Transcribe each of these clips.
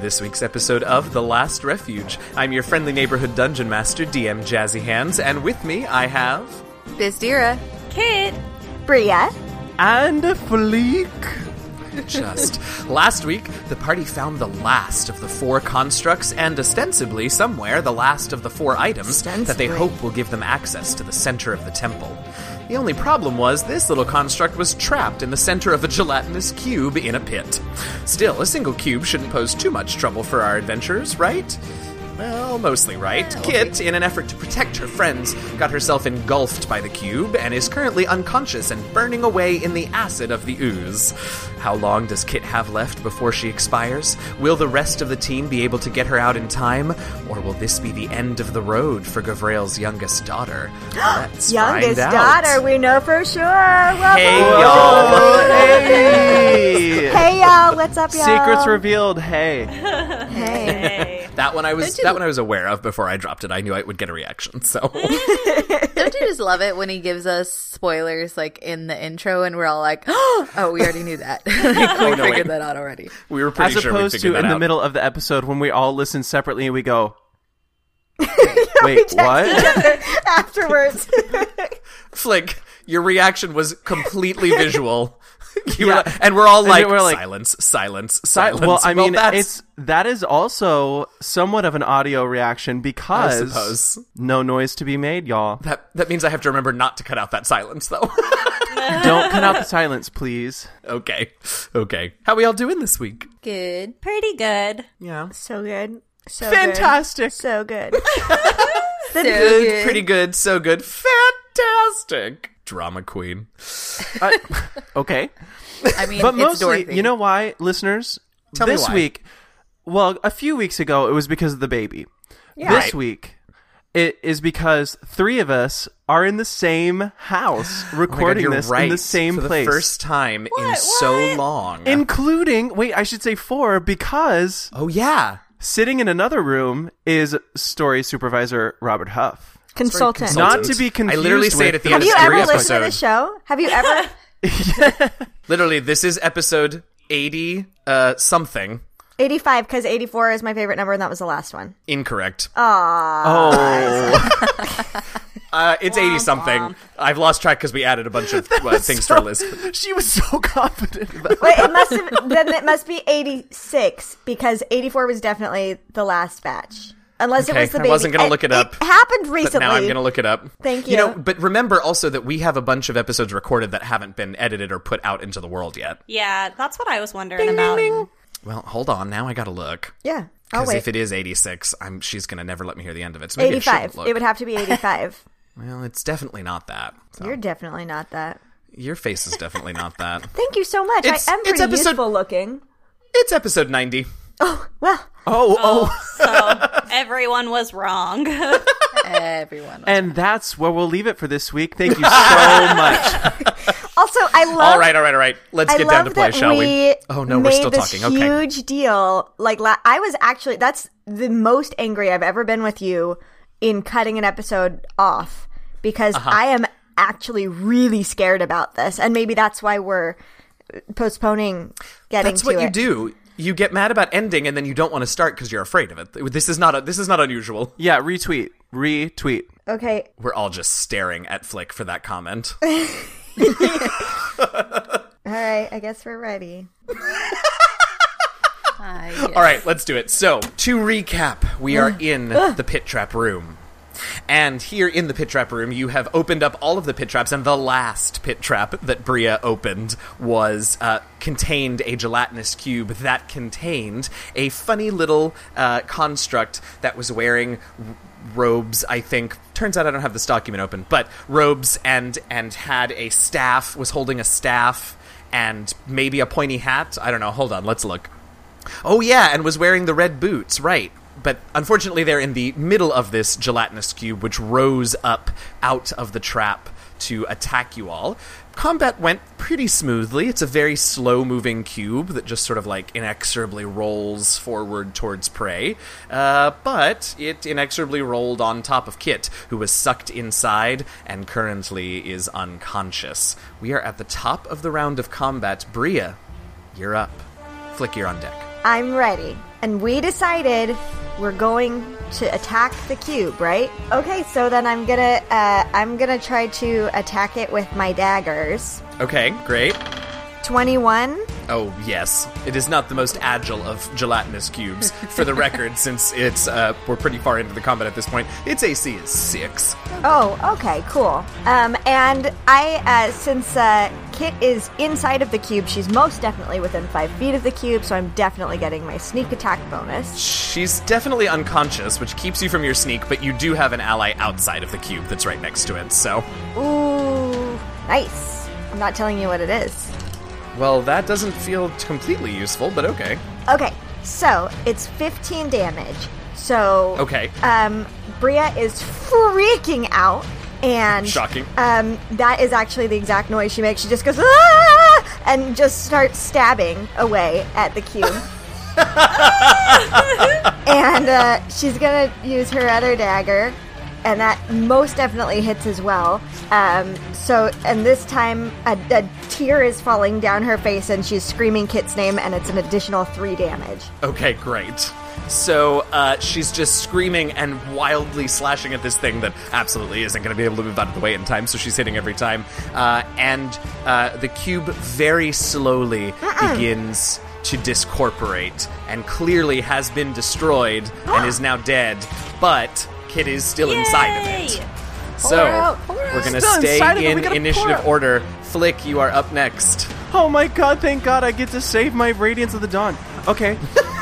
this week's episode of The Last Refuge. I'm your friendly neighborhood dungeon master, DM Jazzy Hands, and with me I have. Bizdira. Kit. Bria. And a fleek just. last week, the party found the last of the four constructs and ostensibly somewhere the last of the four items that they Ostensibly. hope will give them access to the center of the temple. The only problem was this little construct was trapped in the center of a gelatinous cube in a pit. Still, a single cube shouldn't pose too much trouble for our adventurers, right? Well, mostly right. Kit, in an effort to protect her friends, got herself engulfed by the cube and is currently unconscious and burning away in the acid of the ooze. How long does Kit have left before she expires? Will the rest of the team be able to get her out in time? Or will this be the end of the road for Gavrail's youngest daughter? Let's find Youngest out. daughter, we know for sure. Well, Hey, y'all. well, Hey! Hey, y'all. What's up, y'all? Secrets revealed. Hey. Hey. Hey. That one I was that one I was aware of before I dropped it. I knew I would get a reaction. So Don't you just love it when he gives us spoilers like in the intro and we're all like, oh, we already knew that. Like, we no, wait. figured that out already. we were pretty As sure we opposed figured to in that the out. middle of the episode when we all listen separately and we go, Wait, what? Afterwards. Flick, your reaction was completely visual. You were like- and we're all like, then we're like- silence, silence, I- silence. well, I mean, that's, it's that is also somewhat of an audio reaction because suppose. no noise to be made, y'all. that that means I have to remember not to cut out that silence, though. Don't cut out the silence, please. okay, okay. How we all doing this week? Good. Pretty good. Yeah, so good. So Fantastic. Good. So good. So good, good. pretty good, so good, fantastic. Drama queen. Oh I- okay, I mean, but it's mostly, Dorothy. you know why, listeners? Tell me this why. week, well, a few weeks ago, it was because of the baby. This Right. week, it is because three of us are in the same house Oh my God, recording you're this right. in the same for place, the first time in What? so What? long. including. Wait, I should say four because oh yeah, sitting in another room is story supervisor Robert Huff. Consultant. Sorry, Not to be I confused literally say it with at the the end Have of you every ever episode. listened to the show? Have you ever? Literally, this is episode eighty uh something. 85, because 84 is my favorite number, and that was the last one. Incorrect. Uh, Oh, Uh, it's eighty something. I've lost track because we added a bunch of uh, things to our list. she was so confident about Wait, it must have, then it must be 86, because 84 was definitely the last batch. Unless Okay, it was the I baby. wasn't gonna look it up, It happened But recently. now I'm gonna look it up. Thank You know, you. but remember also that we have a bunch of episodes recorded that haven't been edited or put out into the world yet. Yeah, that's what I was wondering about. Well, hold on. Now I gotta look Yeah. I'll because Oh, wait. if it is 86, I'm she's gonna never let me hear the end of it. So maybe I shouldn't 85. look. It would have to be 85. well, it's definitely not that. So, You're definitely not that. your face is definitely not that. Thank you so much. It's- I am it's pretty episode- youthful looking. It's episode 90. Well, Oh, oh, So everyone was wrong. Everyone. and that's where we'll leave it for this week. Thank you so much. also I love. All right, all right, all right. Let's I get love down to play, that shall we? we? Oh no, made we're still this talking. Okay. Huge deal. Like la- I was actually. That's the most angry I've ever been with you in cutting an episode off because Uh-huh. I am actually really scared about this, and maybe that's why we're postponing getting That's to what you it. do. You get mad about ending and then you don't want to start because you're afraid of it. This is not a, this is not unusual. Yeah, retweet, retweet. Okay, We're all just staring at Flick for that comment. all right. I guess we're ready. Hi. all right, let's do it. So, to recap, we are in the pit trap room. And here in the pit trap room, you have opened up all of the pit traps, and the last pit trap that Bria opened was uh, contained a gelatinous cube that contained a funny little uh, construct that was wearing r- robes. I think turns out I don't have this document open, but robes and and had a staff, was holding a staff, and maybe a pointy hat. I don't know. Hold on, let's look. Oh yeah, and was wearing the red boots, right. But unfortunately they're in the middle of this gelatinous cube which rose up out of the trap to attack you all. Combat went pretty smoothly. It's a very slow moving cube that just sort of like inexorably rolls forward towards prey. Uh, but it inexorably rolled on top of Kit, who was sucked inside and currently is unconscious. We are at the top of the round of combat. Bria, you're up. Flick, you're on deck. I'm ready. And we decided we're going to attack the cube, right? Okay, so then I'm gonna uh, I'm gonna try to attack it with my daggers. Okay, great. Twenty one. Oh, yes. It is not the most agile of gelatinous cubes. For the record, since it's uh, we're pretty far into the combat at this point, its AC is six. Oh, okay, cool. Um, and I uh, since uh, Kit is inside of the cube, she's most definitely within five feet of the cube, so I'm definitely getting my sneak attack bonus. She's definitely unconscious, which keeps you from your sneak, but you do have an ally outside of the cube that's right next to it, so. Ooh, nice. I'm not telling you what it is. Well, that doesn't feel completely useful, but okay. Okay, so it's 15 damage. So Okay. um, Bria is freaking out, and Shocking. Um, that is actually the exact noise she makes. She just goes ah! and just starts stabbing away at the cube. and uh, she's gonna use her other dagger, and that most definitely hits as well. Um, so, and this time a, a tear is falling down her face, and she's screaming Kit's name, and it's an additional three damage. Okay, great. So uh, she's just screaming and wildly slashing at this thing that absolutely isn't going to be able to move out of the way in time, so she's hitting every time. Uh, and uh, the cube very slowly begins to discorporate and clearly has been destroyed and is now dead, but Kid is still inside of it. Yay! So out, pull her we're out. going to Still inside of it, stay we in gotta pull her initiative out. order. Flick, you are up next. Oh my god, thank god I get to save my Radiance of the Dawn. Okay.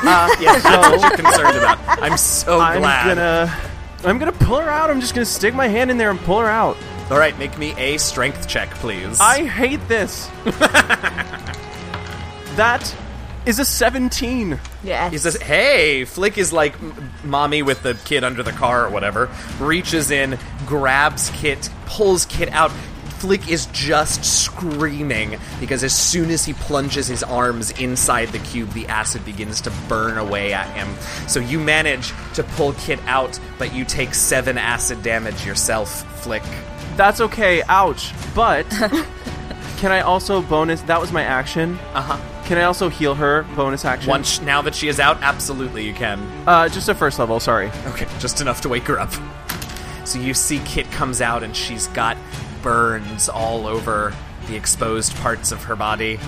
Uh, yes, that's what you're concerned about. I'm so I'm glad. gonna I'm gonna pull her out. I'm just gonna stick my hand in there and pull her out. All right, make me a strength check, please. I hate this. that is a 17. Yes. Is this, hey, Flick is like m- mommy with the kid under the car or whatever. Reaches in, grabs Kit, pulls Kit out. Flick is just screaming because as soon as he plunges his arms inside the cube, the acid begins to burn away at him. So you manage to pull Kit out, but you take seven acid damage yourself, Flick. That's okay. Ouch. But can I also bonus? That was my action. Uh huh. Can I also heal her? Bonus action. Once now that she is out, absolutely you can. Uh, just a first level. Sorry. Okay, just enough to wake her up. So you see Kit comes out and she's got burns all over the exposed parts of her body.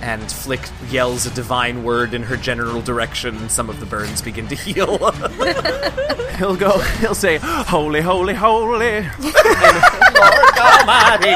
And Flick yells a divine word in her general direction, and some of the burns begin to heal. He'll go. He'll say, "Holy, holy, holy," Almighty!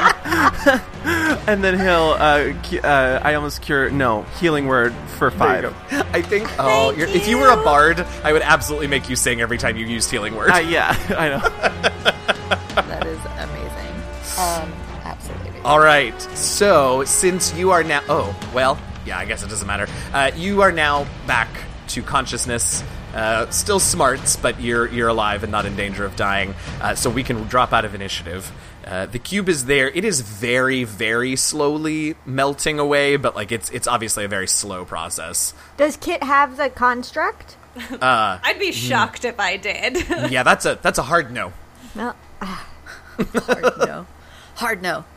and then he'll. Uh, cu- uh, I almost cure. No healing word for five. I think. Oh, Thank you're, if you were a you. bard, I would absolutely make you sing every time you used healing word. Uh, yeah, I know. That is amazing. Um, absolutely. All right. So since you are now, oh well, yeah, I guess it doesn't matter. Uh, you are now back to consciousness. Uh, still smarts, but you're you're alive and not in danger of dying. Uh, so we can drop out of initiative. Uh, the cube is there. It is very, very slowly melting away, but like it's it's obviously a very slow process. Does Kit have the construct? I'd be Hmm. shocked if I did. Yeah, that's a that's a hard no. No. Oh. Hard no. Hard no.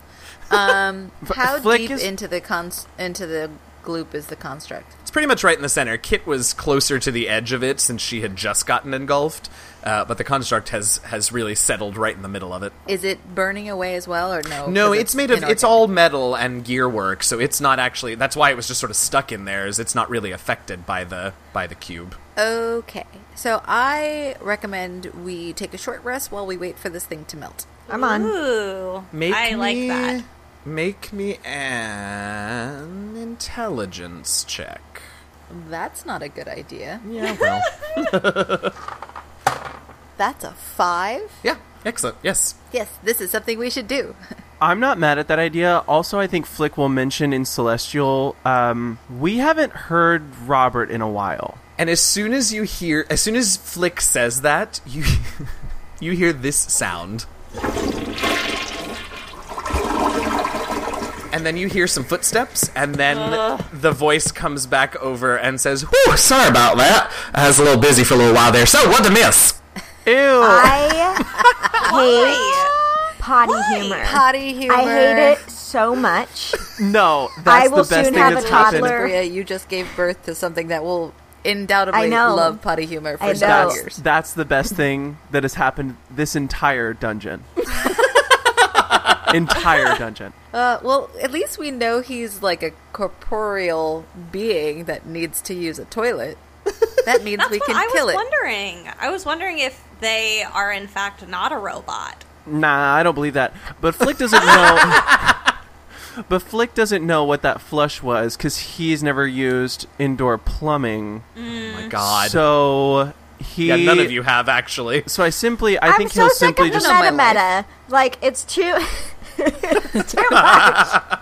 Um, how Flick deep is- into the cons- into the gloop is the construct? It's pretty much right in the center. Kit was closer to the edge of it since she had just gotten engulfed, uh, but the construct has has really settled right in the middle of it. Is it burning away as well, or no? No, 'Cause it's, made of it's inorganic. all metal and gear work, so it's not actually. That's why it was just sort of stuck in there. Is it's not really affected by the by the cube. Okay, so I recommend we take a short rest while we wait for this thing to melt. I'm on. Ooh, I like that. Make me an intelligence check. That's not a good idea. Yeah, well, That's a five. yeah, excellent. Yes, Yes, this is something we should do. I'm not mad at that idea. Also, I think Flick will mention in Celestial. Um, we haven't heard Robert in a while. and as soon as you hear, as soon as Flick says that, you you hear this sound. And then you hear some footsteps, and then the voice comes back over and says, Whew, sorry about that. I was a little busy for a little while there. So, what to miss? Ew. I Why? hate potty humor. Potty humor. I hate it so much. no, that's I will the best soon thing have that's a happened. toddler. Bria, you just gave birth to something that will undoubtedly I know. love potty humor for I know. several That's years. that's the best thing that has happened this entire dungeon. entire dungeon. Uh, well, at least we know he's like a corporeal being that needs to use a toilet. That means That's we what can I kill was it. wondering. I was wondering if they are in fact not a robot. Nah, I don't believe that. But Flick doesn't know. but Flick doesn't know what that flush was because he's never used indoor plumbing. Oh my god. So he. yeah, none of you have actually. So I simply, I I'm think so he'll sick simply of the just. No, my meta meta. Like it's too. it's too much.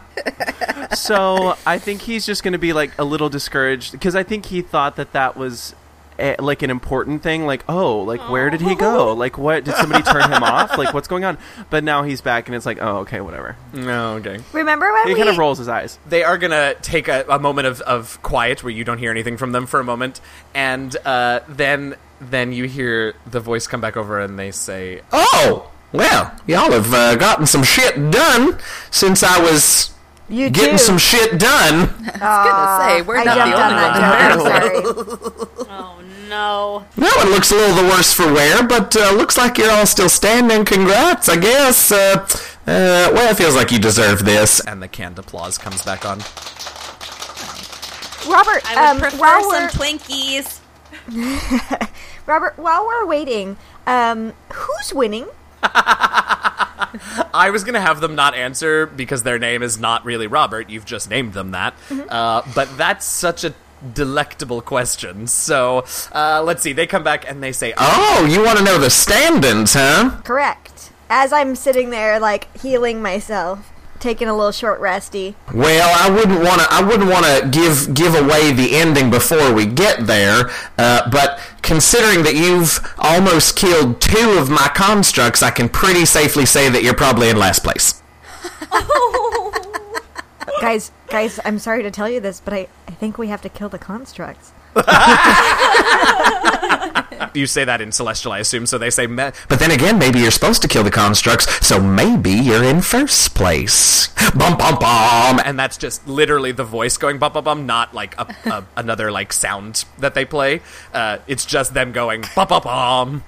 so I think he's just going to be like a little discouraged because I think he thought that that was eh, like an important thing. Like, oh, like where did he go? Like, what did somebody turn him off? Like, what's going on? But now he's back and it's like, oh, okay, whatever. No, okay. Remember when He we kind of rolls his eyes. They are gonna take a, a moment of, of quiet where you don't hear anything from them for a moment, and uh, then then you hear the voice come back over and they say, Oh, well, y'all have uh, gotten some shit done since I was you getting do. some shit done. I was gonna say we're Ah, I not jumped the on only ones. that joke. I'm sorry. Oh no. Well, it looks a little the worse for wear, but uh, looks like you're all still standing. Congrats, I guess. Uh, uh, well, it feels like you deserve this. and the canned applause comes back on. Robert, I would um, prefer while some we're Twinkies. Robert, while we're waiting, um, who's winning? I was gonna have them not answer because their name is not really Robert. You've just named them that, uh, but that's such a delectable question. So uh, let's see. They come back and they say, "Oh, Oh, you want to know the standings, huh? Correct. As I'm sitting there, like healing myself, taking a little short resty. Well, I wouldn't want to. I wouldn't want to give give away the ending before we get there. Uh, but considering that you've almost killed two of my constructs, I can pretty safely say that you're probably in last place. guys, guys, I'm sorry to tell you this, but I, I think we have to kill the constructs. you say that in Celestial, I assume." So they say, "Me- But then again, maybe you're supposed to kill the constructs, so maybe you're in first place. Bum bum bum. and that's just literally the voice going bum bum bum, not like a, a, another like sound that they play. Uh, it's just them going bum bum bum.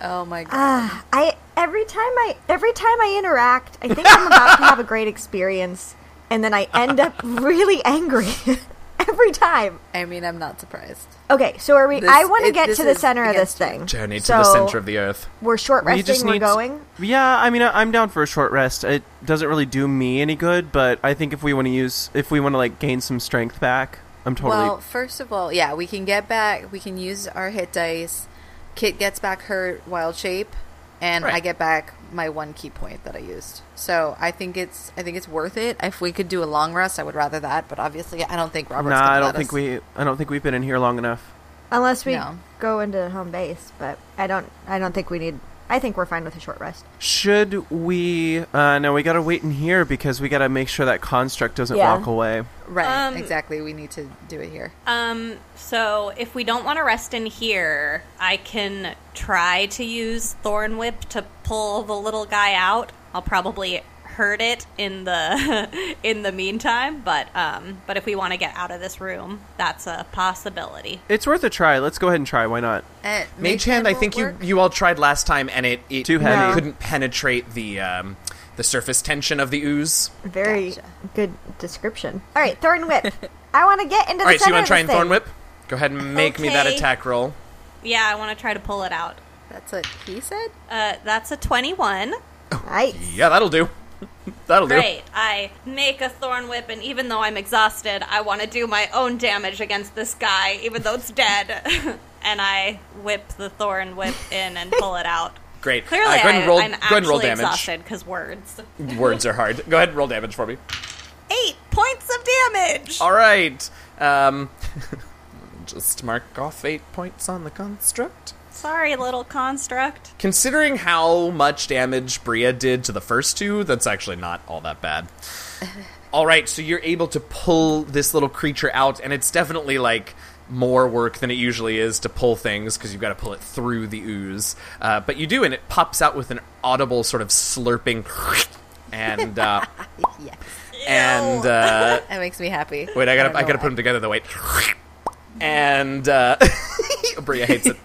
Oh my god. Ah, I every time I every time I interact, I think I'm about to have a great experience, and then I end up really angry every time. I mean, I'm not surprised. Okay, so are we? This- I want to it- get this to the is center of this against you. thing. Journey to so the center of the earth. We're short We resting. just we're need- going. Yeah, I mean, I- I'm down for a short rest. It doesn't really do me any good, but I think if we want to use, if we want to like gain some strength back, I'm totally. Well, first of all, yeah, we can get back. We can use our hit dice. Kit gets back her wild shape, and I Right. get back my one key point that I used. So I think it's I think it's worth it. If we could do a long rest, I would rather that. But obviously, I don't think Robert's. nah, gonna I don't let think us- we. I don't think we've been in here long enough. Unless we No. go into home base, but I don't. I don't think we need. I think we're fine with a short rest. Should we? Uh, no, we gotta wait in here because we gotta make sure that construct doesn't Yeah. walk away. Right, Um, exactly. We need to do it here. Um, so if we don't want to rest in here, I can try to use Thorn Whip to pull the little guy out. I'll probably hurt it in the in the meantime, but um, but if we want to get out of this room, that's a possibility. It's worth a try. Let's go ahead and try. Why not? Uh, Mage hand, I will think you, work? you all tried last time, and it, it Too heavy. No. couldn't penetrate the um, the surface tension of the ooze. Very Gotcha. good description. All right, Thorn Whip. I want to get into the all right, so you center want of to try this and thing. thorn whip? Go ahead and make me that Okay. attack roll. Yeah, I want to try to pull it out. That's what he said. Uh, that's a twenty-one. Nice. Yeah, that'll do. that'll Great. I make a thorn whip, and even though I'm exhausted, I want to do my own damage against this guy, even though it's dead. and I whip the thorn whip in and pull it out. do. Great. Clearly, uh, go ahead I, and roll. I'm go ahead and roll actually damage. exhausted because words. Words are hard. Go ahead and roll damage for me. Eight points of damage. All right. Um, just mark off eight points on the construct. Sorry, little construct. Considering how much damage Bria did to the first two, that's actually not all that bad. all right, so you're able to pull this little creature out, and it's definitely like more work than it usually is to pull things because you've got to pull it through the ooze. Uh, but you do, and it pops out with an audible sort of slurping, and uh, Yes, and uh, that makes me happy. wait, I gotta don't I, know gotta why. put them together. The wait. and uh, Bria hates it.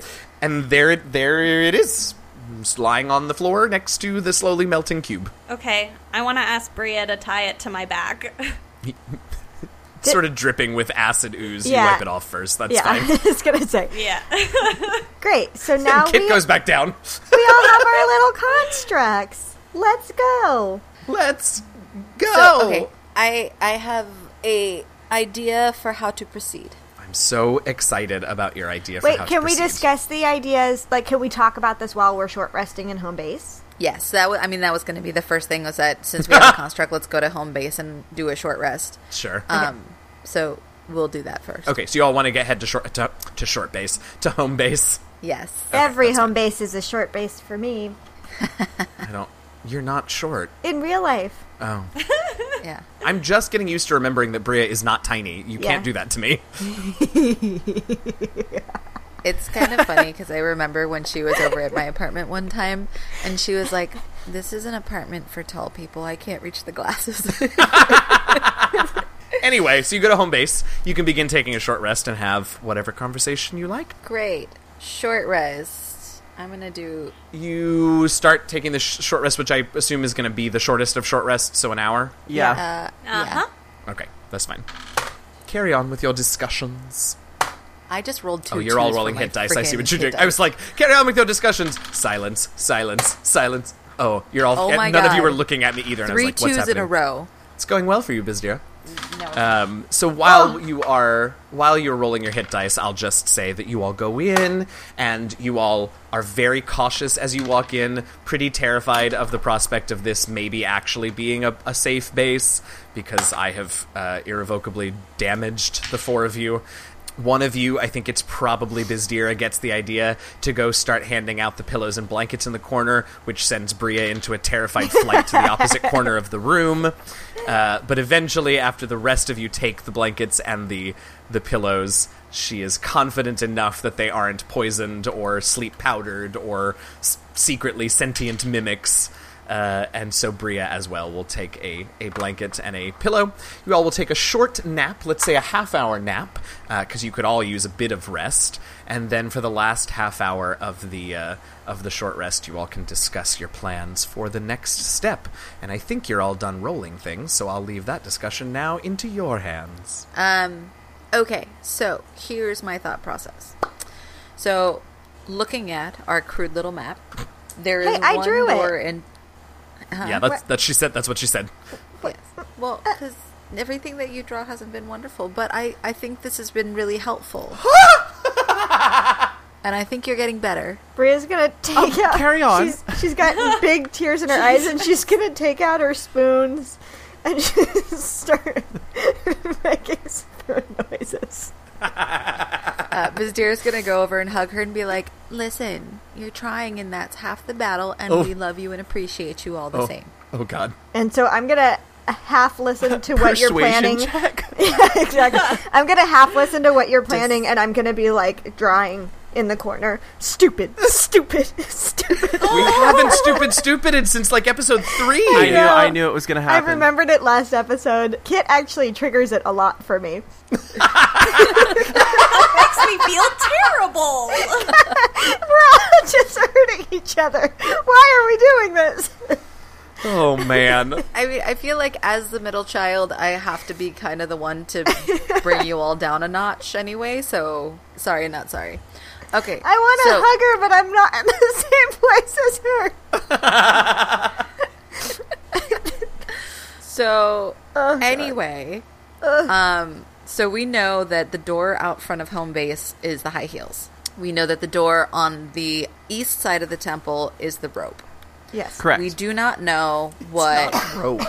And there, it, there it is, just lying on the floor next to the slowly melting cube. Okay, I want to ask Bria to tie it to my back. Uh-huh. sort of dripping with acid ooze. You Yeah. wipe it off first. That's Yeah, fine. I was gonna say. yeah. Great. So now Kit we, goes back down. we all have our little constructs. Let's go. Let's go. So, okay, I I have a idea for how to proceed. I'm so excited about your idea. For Wait, how to can we proceed. discuss the ideas? Like, can we talk about this while we're short resting in home base? Yes, that was. I mean, that was going to be the first thing was that since we have a construct, let's go to home base and do a short rest. Sure. Um, so we'll do that first. okay, so you all want to get head to short to, to short base to home base. Yes. Every home base is a short base for me I don't. You're not short. in real life. Oh, Yeah. I'm just getting used to remembering that Bria is not tiny. You Yeah. can't do that to me. It's kind of funny because I remember when she was over at my apartment one time, and she was like, "This is an apartment for tall people. I can't reach the glasses." Anyway, so you go to home base. You can begin taking a short rest and have whatever conversation you like. Great. Short rest. I'm gonna do. You start taking the sh- short rest, which I assume is going to be the shortest of short rests, so an hour. Yeah. Uh, Uh huh. Yeah. Okay, that's fine. Carry on with your discussions. I just rolled two. Oh, you're all twos for rolling my hit dice. I see frickin' what you're hit doing. I was dice. like, carry on with your discussions. Silence, silence, silence. Oh, you're all. Oh and my none of you God. were looking at me either. And I three was like, what's twos happening? in a row. It's going well for you, Bizdira. No. Um, so while you are while you're rolling your hit dice, I'll just say that you all go in and you all are very cautious as you walk in, pretty terrified of the prospect of this maybe actually being a, a safe base because I have uh, irrevocably damaged the four of you. One of you, I think it's probably Bizdira, gets the idea to go start handing out the pillows and blankets in the corner, which sends Bria into a terrified flight to the opposite corner of the room. Uh, but eventually, after the rest of you take the blankets and the the pillows, she is confident enough that they aren't poisoned or sleep powdered or s- secretly sentient mimics. Uh, and so Bria as well will take a, a blanket and a pillow. You all will take a short nap, let's say a half hour nap, because you could all use a bit of rest. And then for the last half hour of the uh, of the short rest, you all can discuss your plans for the next step. And I think you're all done rolling things, so I'll leave that discussion now into your hands. Um, okay, so here's my thought process. So, looking at our crude little map, there is Hey, I one drew it. door and Uh-huh. yeah, that's that she said. That's what she said. yes. well, Uh, because everything that you draw hasn't been wonderful, but I I think this has been really helpful. and I think you're getting better. Bria's gonna take out. Oh, carry on. She's, she's got big tears in her eyes, and she's gonna take out her spoons and just start making spoon noises. Uh, Vizdira's gonna go over and hug her and be like, "Listen, you're trying, and that's half the battle. And Oh. we love you and appreciate you all the same." Oh God. And so I'm gonna half listen to what you're planning. Persuasion check. yeah, exactly. I'm gonna half listen to what you're planning, and I'm gonna be like drawing in the corner. Stupid, stupid, stupid. We haven't stupid stupided since like episode three. I knew, I know. knew it was going to I happen. remembered it last episode. Kit actually triggers it a lot for me. Makes me feel terrible. We're all just hurting each other. Why are we doing this? Oh man. I mean, I feel like as the middle child, I have to be kind of the one to bring you all down a notch anyway. So sorry, not sorry. Okay, I want to so, hug her, but I'm not in the same place as her. So Oh, God. anyway, um, so we know that the door out front of home base is the high heels. We know that the door on the east side of the temple is the rope. Yes. Correct. We do not know what rope.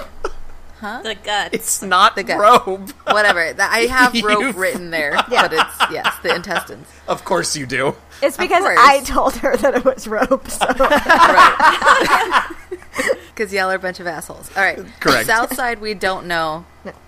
the guts. It's not The gut. rope. whatever. That I have rope You've- written there, but it's yes, the intestines. Of course you do. It's because course. I told her that it was rope. So right. Because y'all are a bunch of assholes. All right. Correct. South side, we don't know.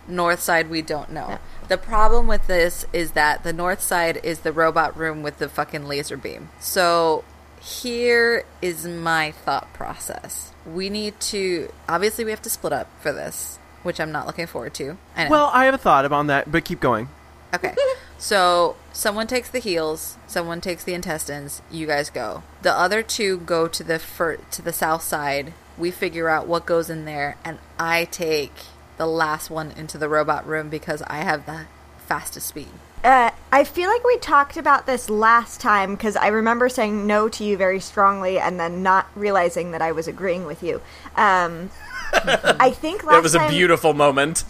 North side, we don't know. The problem with this is that the north side is the robot room with the fucking laser beam. So here is my thought process. We need to. Obviously, we have to split up for this, which I'm not looking forward to. I know. well, I have a thought about that, but keep going. Okay. So someone takes the heels, someone takes the intestines. You guys go. The other two go to the fir- to the south side. We figure out what goes in there, and I take the last one into the robot room because I have the fastest speed. Uh, I feel like we talked about this last time because I remember saying no to you very strongly and then not realizing that I was agreeing with you. Um, I think last That was a time- beautiful moment.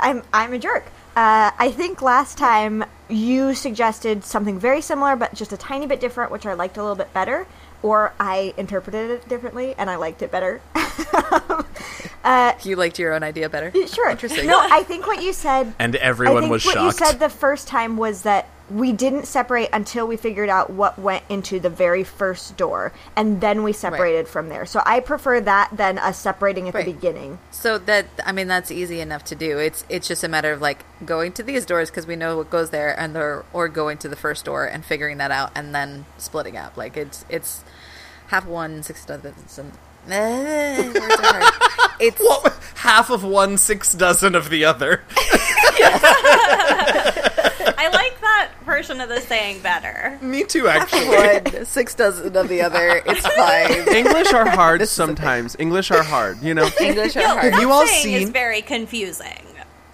I'm I'm a jerk. Uh, I think last time you suggested something very similar, but just a tiny bit different, which I liked a little bit better, or I interpreted it differently and I liked it better. You liked your own idea better. sure. Interesting. No, I think what you said. And I everyone think was what shocked. you said the first time was that we didn't separate until we figured out what went into the very first door, and then we separated from there. So I prefer that than us separating at Right. the beginning. So that I mean that's easy enough to do. It's it's just a matter of like going to these doors because we know what goes there, and or or going to the first door and figuring that out, and then splitting up. Like it's it's half one six dozen. some- Eh, words are hard. It's What? Half of one, six dozen of the other. I like that version of the saying better. Me too, actually. one six dozen of the other. It's fine. English are hard sometimes. English are hard, you know. English are hard. Have you all Saying is seen? very confusing.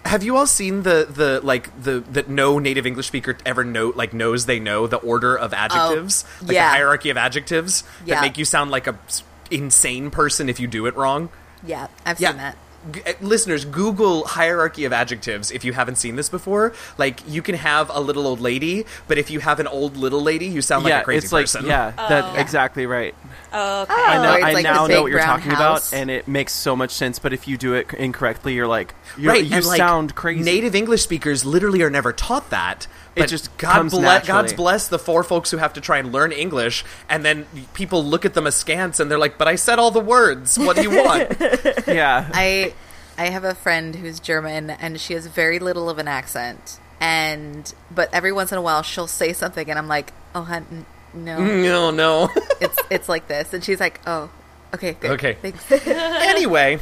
Have you all seen the the like the that no native English speaker ever know like knows they know the order of adjectives, like the yeah. hierarchy of adjectives Yeah. that make you sound like a s- insane person if you do it wrong. Yeah, I've seen that. G- uh, listeners, Google hierarchy of adjectives if you haven't seen this before. Like, you can have a little old lady, but if you have an old little lady, you sound like yeah, a crazy it's like person. yeah, that exactly right. Okay. I Oh, know. it's I like the now big know what you're brown talking house. about, and it makes so much sense. But if you do it c- incorrectly, you're like, you're, right. you and, like, sound crazy. Native English speakers literally are never taught that. It But just God comes bless naturally. God's bless the four folks who have to try and learn English, and then people look at them askance and they're like, "But I said all the words. What do you want?" yeah, I I have a friend who's German and she has very little of an accent. And but every once in a while she'll say something and I'm like, "Oh, hun, no. no, no. it's it's like this." And she's like, "Oh, okay, good. Okay. Thanks." Um, anyway,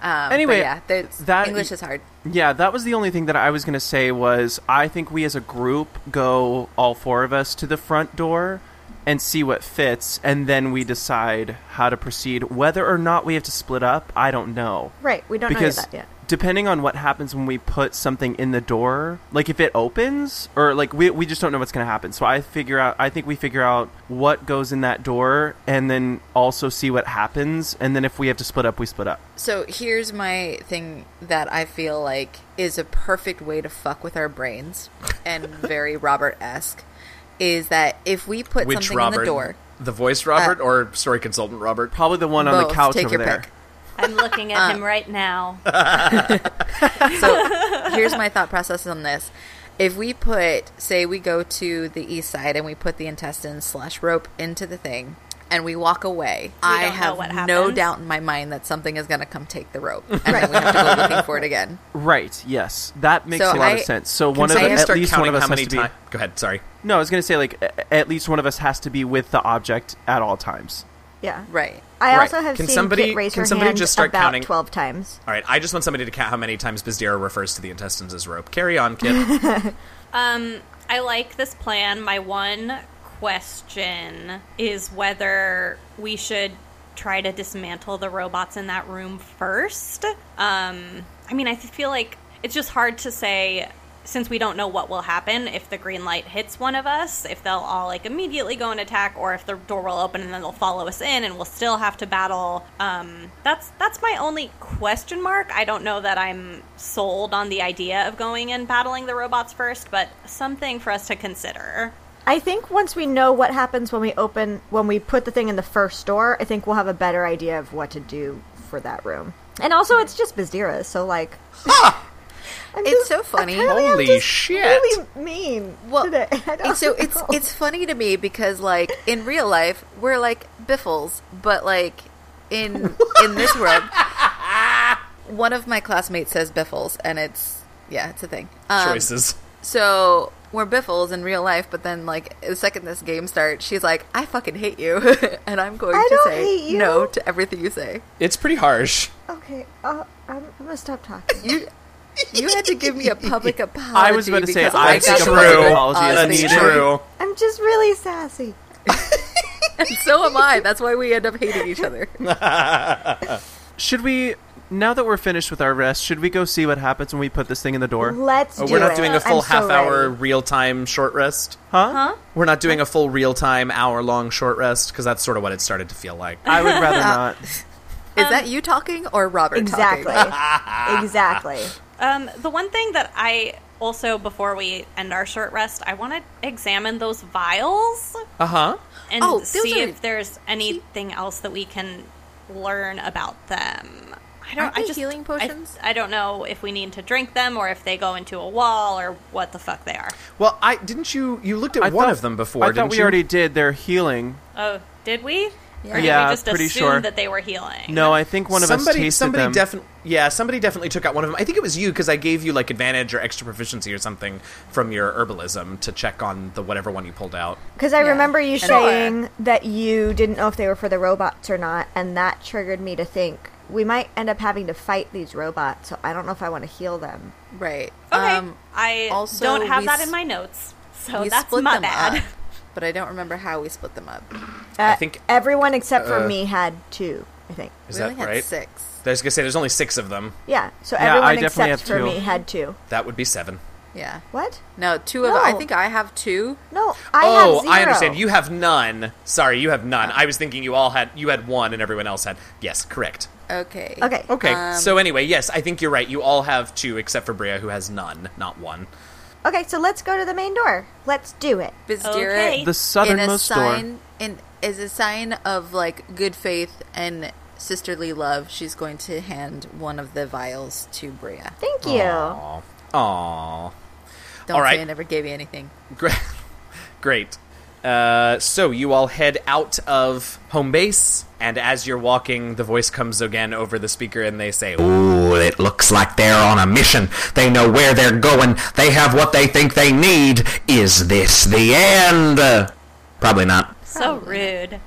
but Anyway, yeah, there's- that- English is hard. yeah. That was the only thing that I was gonna say was I think we as a group go all four of us to the front door and see what fits, and then we decide how to proceed. Whether or not we have to split up, I don't know. Right. We don't because know that yet. depending on what happens when we put something in the door, like if it opens or like we we just don't know what's going to happen. So I figure out I think we figure out what goes in that door and then also see what happens and then if we have to split up, we split up. So here's my thing that I feel like is a perfect way to fuck with our brains and very Robert esque is that if we put which something Robert? in the door, The voice Robert Uh, or story consultant Robert? Probably the one on both, the couch take over your there. pick. I'm looking at him right now. So here's my thought process on this. If we put, say, we go to the east side and we put the intestines slash rope into the thing and we walk away, I don't know have what no happens. doubt in my mind that something is going to come take the rope. And then we have to go looking for it again. Right. Yes. That makes So a lot I- of sense. So one of someone us, at start least one counting of us how has many to be times. Go ahead. Sorry. No, I was going to say like a- at least one of us has to be with the object at all times. Yeah. Right. I Right. also have Can seen somebody- Kit raise can her somebody hand just start about counting? twelve times. All right, I just want somebody to count how many times Bizdira refers to the intestines as rope. Carry on, kid. Um, I like this plan. My one question is whether we should try to dismantle the robots in that room first. Um, I mean, I feel like it's just hard to say since we don't know what will happen if the green light hits one of us, if they'll all like immediately go and attack, or if the door will open and then they'll follow us in and we'll still have to battle. Um, that's that's my only question mark. I don't know that I'm sold on the idea of going and battling the robots first, but something for us to consider. I think once we know what happens when we open, when we put the thing in the first door, I think we'll have a better idea of what to do for that room. And also, it's just Bizdira, so like, I'm It's so funny. apparently I'm Holy just shit. Really mean. Well, today. I don't and so it's know. it's funny to me because like in real life we're like biffles, but like in in this world, one of my classmates says biffles, and it's yeah, it's a thing. Um, Choices. So we're biffles in real life, but then like the second this game starts, she's like, "I fucking hate you," and I'm going I to don't hate say you. no to everything you say. It's pretty harsh. okay. Uh, I'm, I'm gonna stop talking. You, You had to give me a public apology. I was about to say, because I I got think a the public word apology is Ozzy. needed. That's true. I'm just really sassy. So am I. That's why we end up hating each other. Should we, now that we're finished with our rest, should we go see what happens when we put this thing in the door? Let's. Oh, do we're not it. doing a full I'm so half hour ready. real time short rest. Huh? We're not doing a full real time hour long short rest because that's sort of what it started to feel like. I would rather Uh, not. Is that you talking or Robert Um, Exactly. talking? exactly. Um, the one thing that I also, before we end our short rest, I want to examine those vials Uh huh. Uh-huh. and Oh, those see are- if there's anything else that we can learn about them. I don't. Aren't I they just healing I- potions? I, don't know if we need to drink them or if they go into a wall or what the fuck they are. Well, I didn't you you looked at I one thought- of them before, I didn't thought we you? already did. They're healing. Oh, did we? Or did Yeah, we just pretty assume sure. that they were healing. No, I think one of us somebody tasted somebody them. definitely yeah somebody definitely took out one of them. I think it was you because I gave you like advantage or extra proficiency or something from your herbalism to check on the whatever one you pulled out. Because I remember you And- saying that you didn't know if they were for the robots or not, and that triggered me to think we might end up having to fight these robots. So I don't know if I want to heal them. Right. Okay. Um, I also, don't have we that s- in my notes, so we that's split my them bad. up, but I don't remember how we split them up. Uh, think, everyone except for uh, me had two. I think. Is we that only had right? six. I was gonna say there's only six of them. Yeah. So Yeah, everyone I definitely except have two. for me had two. That would be seven. Yeah. What? No, two of. I No. think I have two. No, I oh, have zero. I understand. You have none. Sorry, you have none. I was thinking you all had you had one and everyone else had. Yes, correct. Okay. Okay. Okay. Um, so anyway, yes, I think you're right. You all have two except for Bria who has none, not one. Okay, so let's go to the main door. Let's do it. Bizdira Okay. the in a southernmost door. sign in is a sign of like good faith and sisterly love. She's going to hand one of the vials to Bria. Thank you. Aw. Aw. Don't All right. say I never gave you anything. Great. Great. Uh, so you all head out of home base, and as you're walking, the voice comes again over the speaker, and they say, Ooh, it looks like they're on a mission. They know where they're going. They have what they think they need. Is this the end? Uh, Probably not. So rude.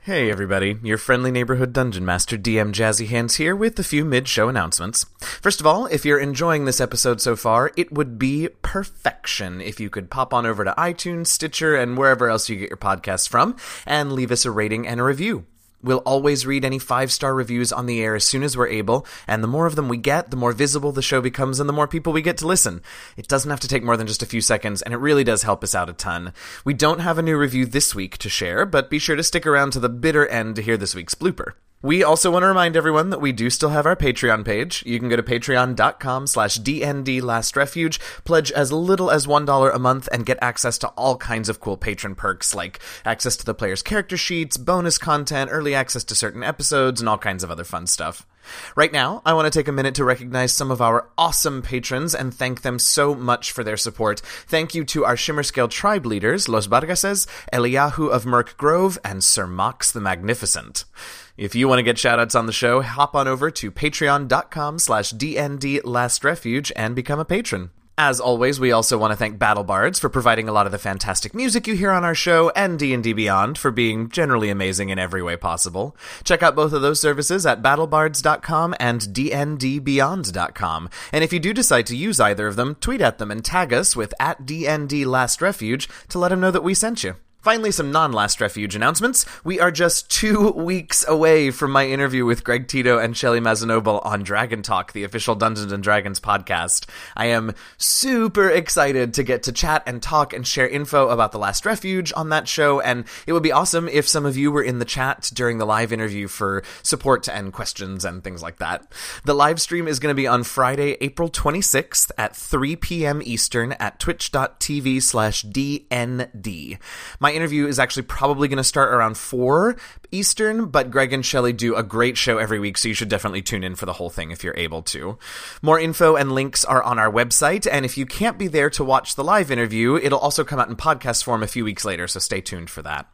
Hey everybody, your friendly neighborhood dungeon master DM Jazzy Hands here with a few mid-show announcements. First of all, if you're enjoying this episode so far, it would be perfection if you could pop on over to iTunes, Stitcher, and wherever else you get your podcasts from and leave us a rating and a review. We'll always read any five-star reviews on the air as soon as we're able, and the more of them we get, the more visible the show becomes and the more people we get to listen. It doesn't have to take more than just a few seconds, and it really does help us out a ton. We don't have a new review this week to share, but be sure to stick around to the bitter end to hear this week's blooper. We also want to remind everyone that we do still have our Patreon page. You can go to patreon.com slash dndlastrefuge, pledge as little as $1 a month, and get access to all kinds of cool patron perks like access to the player's character sheets, bonus content, early access to certain episodes, and all kinds of other fun stuff. Right now, I want to take a minute to recognize some of our awesome patrons and thank them so much for their support. Thank you to our Shimmerscale tribe leaders, Los Vargases, Eliyahu of Merk Grove, and Sir Mox the Magnificent. If you want to get shoutouts on the show, hop on over to patreon.com slash dndlastrefuge and become a patron. As always, we also want to thank Battle Bards for providing a lot of the fantastic music you hear on our show and D&D Beyond for being generally amazing in every way possible. Check out both of those services at battlebards.com and dndbeyond.com. And if you do decide to use either of them, tweet at them and tag us with at dndlastrefuge to let them know that we sent you. Finally, some non last refuge announcements. We are just two weeks away from my interview with Greg Tito and Shelly Mazanoble on Dragon Talk, the official Dungeons and Dragons podcast. I am super excited to get to chat and talk and share info about The Last Refuge on that show, and it would be awesome if some of you were in the chat during the live interview for support and questions and things like that. The live stream is going to be on Friday, April 26th at 3 p.m. Eastern at twitch.tv slash DND. My interview is actually probably going to start around 4 Eastern, but Greg and Shelley do a great show every week, so you should definitely tune in for the whole thing if you're able to. More info and links are on our website, and if you can't be there to watch the live interview, it'll also come out in podcast form a few weeks later, so stay tuned for that.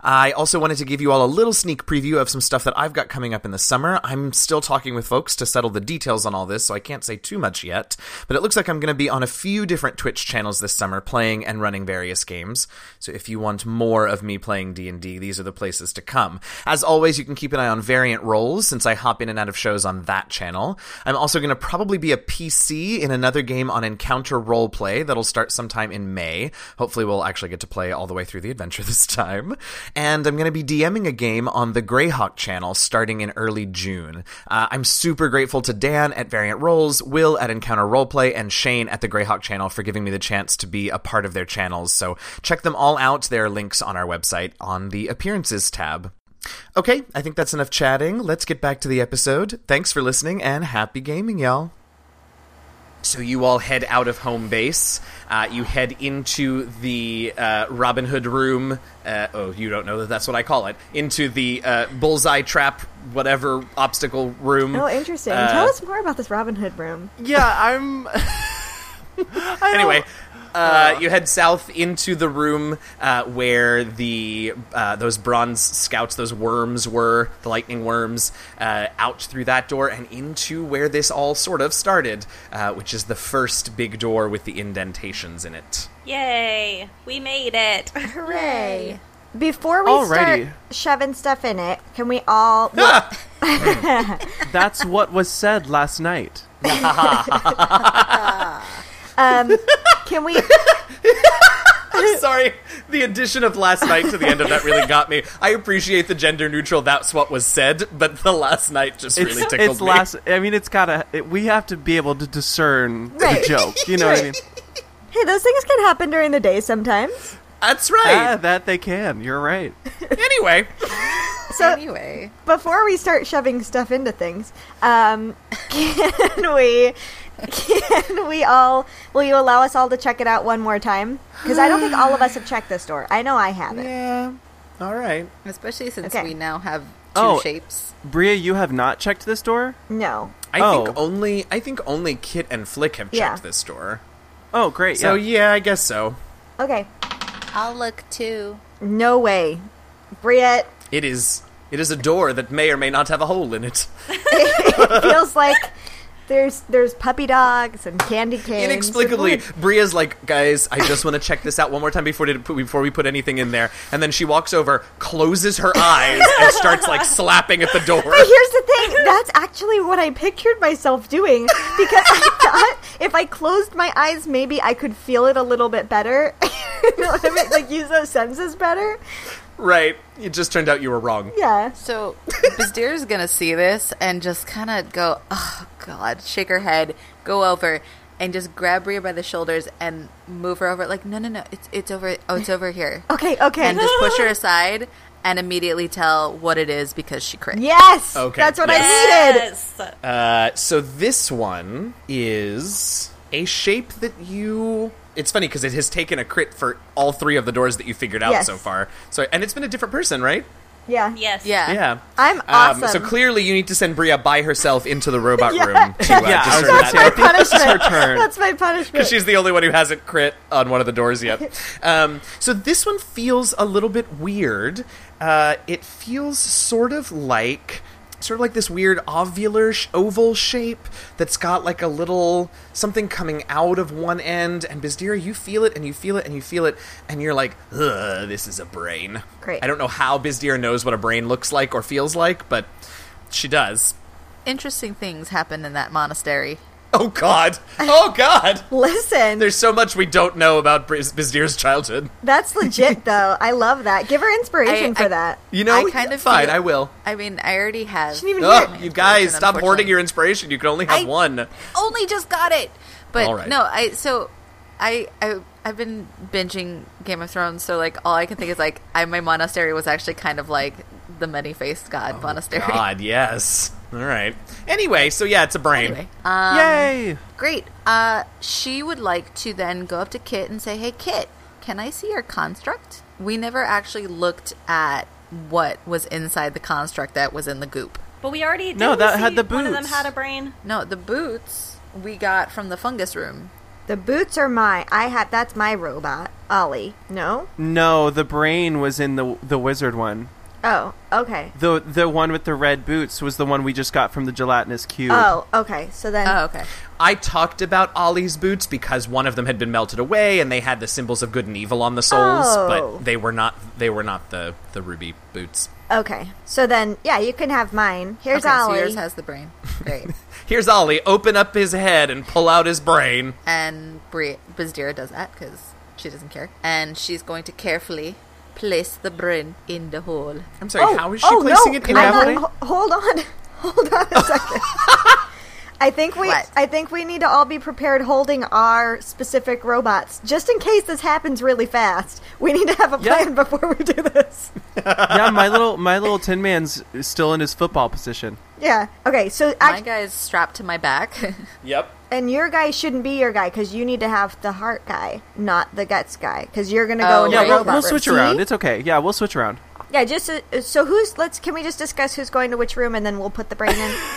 I also wanted to give you all a little sneak preview of some stuff that I've got coming up in the summer. I'm still talking with folks to settle the details on all this, so I can't say too much yet. But it looks like I'm going to be on a few different Twitch channels this summer playing and running various games. So if you want more of me playing D&D, these are the places to come. As always, you can keep an eye on Variant Roles since I hop in and out of shows on that channel. I'm also going to probably be a PC in another game on Encounter Roleplay that'll start sometime in May. Hopefully, we'll actually get to play all the way through the adventure this time. And I'm going to be DMing a game on the Greyhawk channel starting in early June. Uh, I'm super grateful to Dan at Variant Roles, Will at Encounter Roleplay, and Shane at the Greyhawk channel for giving me the chance to be a part of their channels. So check them all out. There are links on our website on the Appearances tab. Okay, I think that's enough chatting. Let's get back to the episode. Thanks for listening and happy gaming, y'all. So you all head out of home base. Uh, you head into the uh, Robin Hood room. Uh, oh, you don't know that that's what I call it. Into the uh, bullseye trap, whatever obstacle room. Oh, interesting. Uh, Tell us more about this Robin Hood room. Yeah, I'm. anyway, uh, you head south into the room uh, where the uh, those bronze scouts, those worms were, the lightning worms, uh, out through that door and into where this all sort of started, uh, which is the first big door with the indentations in it. Yay! We made it. Hooray! Before we Alrighty. start shoving stuff in it, can we all? Well, That's what was said last night. um, can we? I'm sorry, the addition of last night to the end of that really got me. I appreciate the gender neutral. That's what was said, but the last night just It's, really tickled it's me. last. I mean, it's gotta. It, we have to be able to discern Right. the joke. You know what I mean? Hey, those things can happen during the day sometimes. That's right. Ah, that they can. You're right. anyway, So Anyway, before we start shoving stuff into things, um, can we? Can we all? Will you allow us all to check it out one more time? Because I don't think all of us have checked this door. I know I haven't. yeah. All right. especially since Okay. we now have two Oh. shapes. Bria, you have not checked this door. No. I Oh. think only I think only Kit and Flick have checked Yeah. this door. Oh, great. So yeah. yeah, I guess so. Okay. I'll look too. No way. Bria It is it is a door that may or may not have a hole in it. feels like there's there's puppy dogs and candy canes. and Inexplicably, weird- Bria's like, guys, I just want to check this out one more time before we- before we put anything in there. And then she walks over, closes her eyes, and starts like slapping at the door. Here's the thing. That's actually what I pictured myself doing because I thought if I closed my eyes, maybe I could feel it a little bit better. You know what I mean? Like use those senses better. Right? It just turned out you were wrong. Yeah. So Bazdir is gonna see this and just kind of go, "Oh God!" Shake her head, go over, and just grab Bria by the shoulders and move her over. Like, no, no, no, it's it's over. Oh, it's over here. Okay. Okay. And just push her aside and immediately tell what it is because she crit. yes. Okay, That's what I needed. Yes. Uh, so this one is a shape that you. It's funny because it has taken a crit for all three of the doors that you figured out Yes. so far. So and it's been a different person, right? Yeah. Yes. Yeah. Yeah. I'm Um, awesome. so clearly, you need to send Bria by herself into the robot Yeah. room to uh, Yeah, I was discern gonna that say, I think this is her turn. That's my punishment. because she's the only one who hasn't crit on one of the doors yet. Um, so this one feels a little bit weird. Uh, it feels sort of like sort of like this weird ovular sh- oval shape that's got like a little something coming out of one end and Bizdira you feel it and you feel it and you feel it and you're like Ugh, this is a brain Great. I don't know how Bizdira knows what a brain looks like or feels like but she does Interesting things happen in that monastery. oh god oh god Listen, there's so much we don't know about Biz- Bizdir's childhood that's legit though. I love that. Give her inspiration I- for I- that. You know, I kind of fine. feel- I will. I mean, I already have. She didn't even hear Ugh, it. you guys, unfortunately. stop hoarding your inspiration. You can only have I- one. only just got it. But All right. no, I so I I I've been binging Game of Thrones, so like all I can think is like I my monastery was actually kind of like the many faced god monastery. Oh, God, yes. All right. Anyway, so yeah, it's a brain. Anyway, um, Yay! great. Uh, she would like to then go up to Kit and say, "Hey, Kit, can I see your construct?" We never actually looked at what was inside the construct that was in the goop. But we already No, didn't that we had see the One of them boots. had a brain. No, the boots we got from the fungus room. The boots are my. I have. That's my robot, Ollie. No. No, the brain was in the the wizard one. Oh. Okay. The the one with the red boots was the one we just got from the gelatinous cube. Oh. Okay. So then. Oh, okay. I talked about Ollie's boots because one of them had been melted away, and they had the symbols of good and evil on the soles, Oh. but they were not they were not the the ruby boots. Okay. So then, yeah, you can have mine. Here's okay, so Ollie. yours has the brain. Great. Here's Ollie. Open up his head and pull out his brain. and Bri- Bazdira does that because she doesn't care, and she's going to carefully place the brain in the hole. I'm sorry. how is she oh, placing no. it in I'm that not- way? ho- Hold on. Hold on a second. I think we What? I think we need to all be prepared holding our specific robots just in case this happens really fast. We need to have a Yeah. plan before we do this. yeah, my little my little tin man's still in his football position. Yeah. Okay, so My I, guy is strapped to my back. Yep. and your guy shouldn't be your guy cuz you need to have the heart guy, not the guts guy cuz you're going to go Oh, in Yeah, the right. we'll, robot we'll room. switch See? around. It's okay. Yeah, we'll switch around. Yeah, just uh, so who's let's can we just discuss who's going to which room and then we'll put the brain in?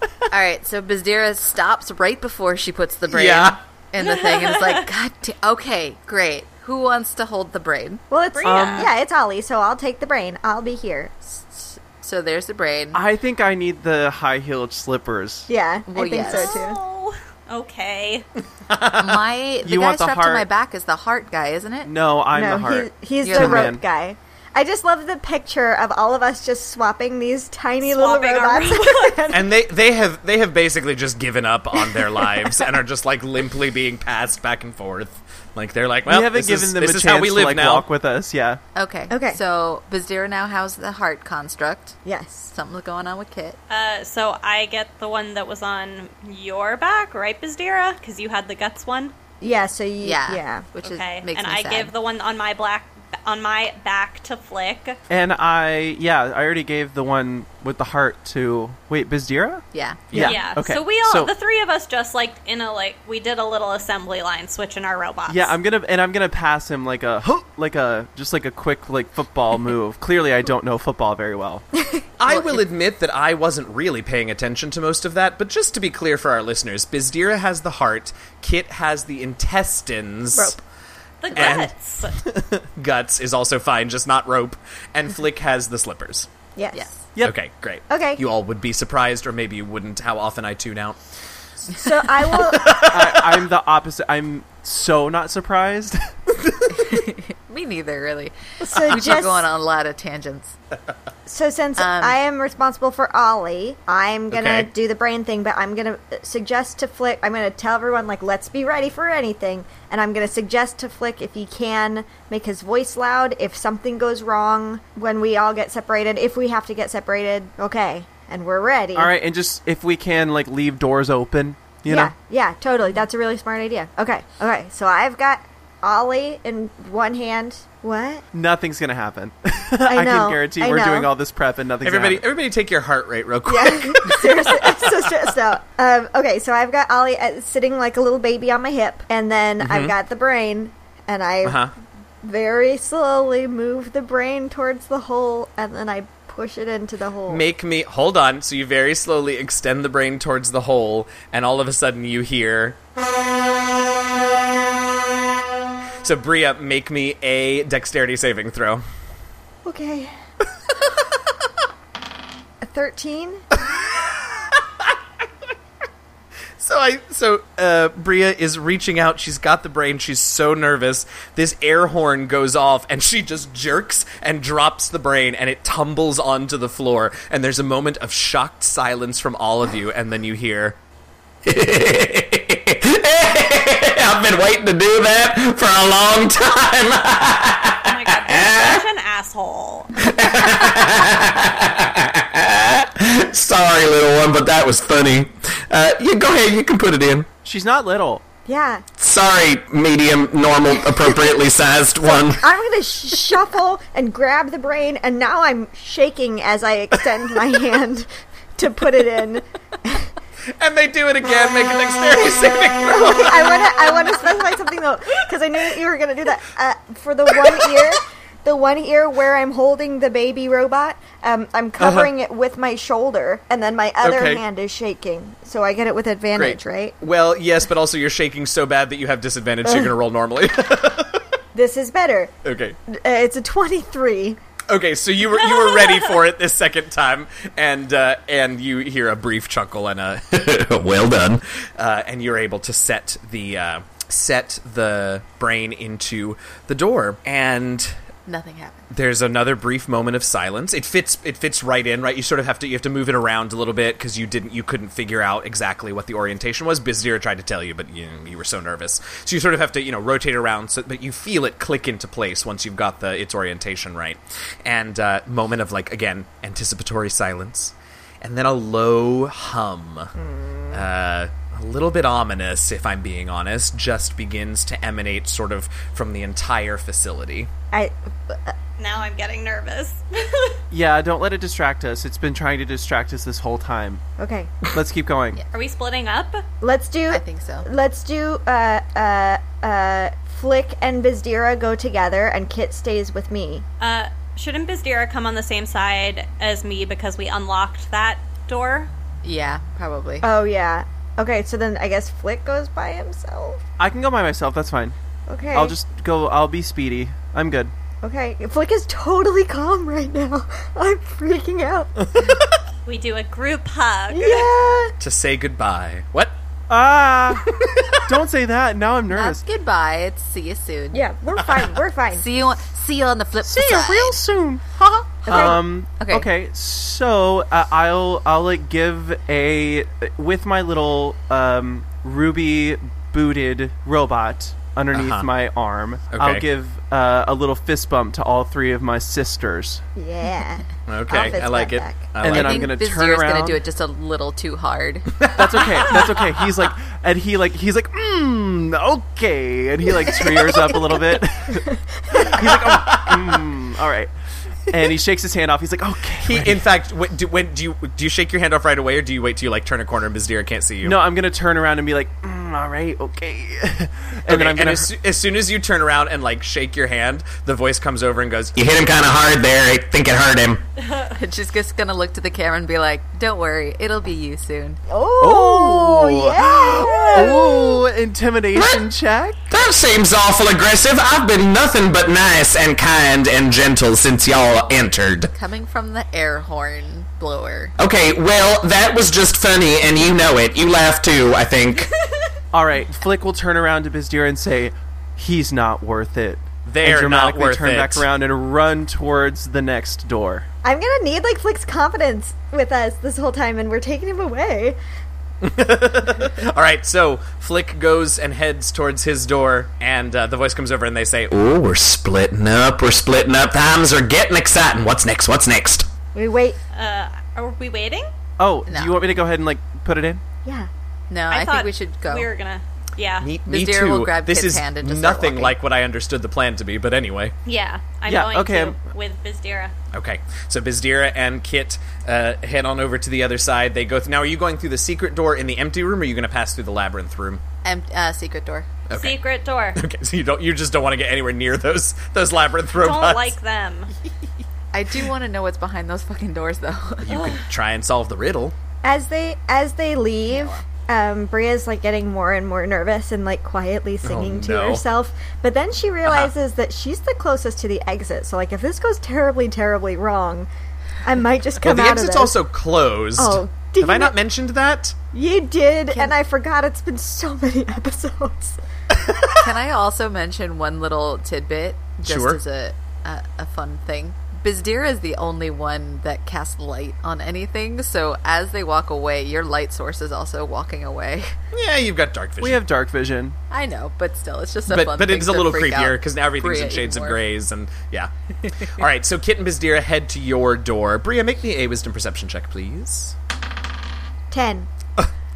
All right, so Bazdira stops right before she puts the brain Yeah. in the thing, and is like, "God, da- okay, great. Who wants to hold the brain?" Well, it's Um, yeah, it's Ollie, so I'll take the brain. I'll be here. So there's the brain. I think I need the high heeled slippers. Yeah, Well, I think yes. so too. Oh, okay. My the You guy want the strapped to my heart- back is the heart guy, isn't it? No, I'm no, the heart. He, he's You're the the rope man. guy. I just love the picture of all of us just swapping these tiny Swapping little our robots. And they they have they have basically just given up on their lives and are just like limply being passed back and forth. Like they're like, well, we haven't this given is, them this a is chance how we live to like now. walk with us. Yeah. Okay. Okay. So Bazdira now has the heart construct. yes. Something's going on with Kit. Uh, so I get the one that was on your back, right, Bazdira? Because you had the guts one. Yeah. So you, Yeah. yeah. Yeah. Which Okay, is makes and me I sad. give the one on my black on my back to Flick. And I yeah, I already gave the one with the heart to wait, Bizdira? yeah. Yeah. Okay. So we all, the three of us, just like in a like we did a little assembly line switch in our robots. yeah, I'm gonna and I'm gonna pass him like a like a just like a quick like football move. Clearly, I don't know football very well. I will admit that I wasn't really paying attention to most of that, but just to be clear for our listeners, Bizdira has the heart, Kit has the intestines, Rope. the and- guts. Oh guts is also fine, just not rope, Mm-hmm. and Flick has the slippers. Yes. Yes. Yep. Okay, great. Okay. You all would be surprised, or maybe you wouldn't, how often I tune out. So I will. I, I'm the opposite. I'm so not surprised. Me neither, really. So We are just going on a lot of tangents. so since Um, I am responsible for Ollie, I'm gonna Okay. do the brain thing, but I'm gonna uh, suggest to Flick. I'm gonna tell everyone like, let's be ready for anything, and I'm gonna suggest to Flick if he can make his voice loud. If something goes wrong when we all get separated, if we have to get separated, okay, and we're ready. all right, and just if we can like leave doors open, you yeah, know. yeah, totally. That's a really smart idea. Okay, okay. So I've got Ollie in one hand. What? Nothing's gonna happen. I, know, can guarantee I we're know. doing all this prep and nothing's Everybody, gonna happen. everybody, take your heart rate real quick. Yeah, seriously, I'm so stressed out. Um, okay, so I've got Ollie uh, sitting like a little baby on my hip, and then I've got the brain, and I Mm-hmm. Uh-huh. very slowly move the brain towards the hole, and then I push it into the hole. Make me hold on. So you very slowly extend the brain towards the hole, and all of a sudden you hear. So Bria, make me a dexterity saving throw. okay. A Thirteen. So I so uh, Bria is reaching out. She's got the brain. She's so nervous. This air horn goes off, and she just jerks and drops the brain, and it tumbles onto the floor. And there's a moment of shocked silence from all of you, and then you hear. I've been waiting to do that for a long time. Oh my god, that's such an asshole. Sorry, little one, but that was funny. Uh, you go ahead. You can put it in. She's not little. Yeah, Sorry, medium, normal, appropriately sized one. I'm gonna sh- shuffle and grab the brain, and now I'm shaking as I extend my hand to put it in. And they do it again. Make a dexterity saving throw. I want to. I want to specify something though, because I knew you were gonna do that uh, for the one ear. the one ear where I'm holding the baby robot, um, I'm covering it with my shoulder, and then my other Okay. hand is shaking, so I get it with advantage, right? Well, yes, but also you're shaking so bad that you have disadvantage. so you're gonna roll normally. This is better. okay. Uh, it's a 23. Okay, so you were you were ready for it this second time, and uh, and you hear a brief chuckle and a well done. uh, and you're able to set the uh, set the brain into the door, and Nothing happened. there's another brief moment of silence. It fits it fits right in, right? You sort of have to you have to move it around a little bit because you didn't you couldn't figure out exactly what the orientation was. Bizdira tried to tell you, but you, you were so nervous, so you sort of have to you know rotate around. So, but you feel it click into place once you've got the its orientation right, and uh, moment of like again anticipatory silence, and then a low hum uh, a little bit ominous, if I'm being honest, just begins to emanate sort of from the entire facility. I Now I'm getting nervous. Yeah, don't let it distract us. It's been trying to distract us this whole time. okay. Let's keep going. Are we splitting up? Let's do. I think so. Let's do. Uh, uh, uh, Flick and Bizdira go together, and Kit stays with me. Uh, shouldn't Bizdira come on the same side as me because we unlocked that door? Yeah, probably. Oh yeah. Okay, so then I guess Flick goes by himself. I can go by myself. That's fine. Okay. I'll just go. I'll be speedy. I'm good. Okay, Flick is totally calm right now. I'm freaking out. We do a group hug. Uh, yeah. To say goodbye. What? Ah! don't say that. Now I'm nervous. That's goodbye. It's see you soon. Yeah, we're fine. We're fine. See you. On, see you on the flip see See you side. real soon. Um. Okay. Okay. So uh, I'll I'll like give a with my little um ruby booted robot underneath my arm. Okay. I'll give uh, a little fist bump to all three of my sisters, Yeah. Okay, Outfits I like it. back. I and like then it. I'm think gonna Vizier's turn around. gonna do it just a little too hard. That's okay. That's okay. He's like, and he like, he's like, mmm, okay, and he like tears up a little bit. he's like, oh, mm, all right, and he shakes his hand off. He's like, okay. He, in fact, when do, when do you do you shake your hand off right away, or do you wait till you like turn a corner and Bizdira can't see you? No, I'm gonna turn around and be like, mm, all right, okay, and then Okay, I'm gonna. and as, as soon as you turn around and like shake your hand, the voice comes over and goes, You hit him kind of hard there. I think it hurt him. She's just gonna look to the camera and be like, "Don't worry, it'll be you soon." Oh, yeah. Oh. Ooh, intimidation check. That seems awful aggressive. I've been nothing but nice and kind and gentle since y'all entered. Coming from the air horn blower. Okay, well, that was just funny, and you know it. You laugh too, I think. All right, Flick will turn around to Bizdira and say, "He's not worth it." They're and not dramatically worth turn it. back around and run towards the next door. I'm gonna need like Flick's confidence with us this whole time, and we're taking him away. "All right." So Flick goes and heads towards his door, and uh, the voice comes over and they say, Ooh, we're splitting up. We're splitting up. Times are getting exciting. What's next? What's next? We wait. Uh, are we waiting? Oh, No. do you want me to go ahead and like put it in? Yeah. No, I, think we should go. We were gonna. Yeah. "Me, The me deer too." will grab this Kit's is hand and just start nothing walking. like what I understood the plan to be, but anyway. Yeah. I'm Yeah, going okay, um, to I'm- with Bizdira. Okay, so Bizdira and Kit uh, head on over to the other side. They go. Th- now, are you going through the secret door in the empty room, or are you going to pass through the labyrinth room? Em- uh, secret door. Okay. Secret door. Okay, so you don't. You just don't want to get anywhere near those those labyrinth robots. Don't like them. I do want to know what's behind those fucking doors, though. You could try and solve the riddle. As they as they leave, um, Bria's like getting more and more nervous and like quietly singing to Oh, no. Uh-huh. herself. But then she realizes that she's the closest to the exit. So like, if this goes terribly, terribly wrong, I might just Well, come the out of exit's this. also closed. Oh, did have you I not not- mentioned that? you did, and I forgot. It's been so many episodes. Can I also mention one little tidbit, just Sure. as a, a a fun thing? Bizdira is the only one that casts light on anything, so as they walk away, your light source is also walking away. Yeah, you've got dark vision. We have dark vision. I know, but still, it's just a but fun. but thing it's a to little freak creepier out because now everything's Bria in shades of even more. grays and yeah. All right, so Kit and Bizdira head to your door. Bria, make me a wisdom perception check, please. Ten.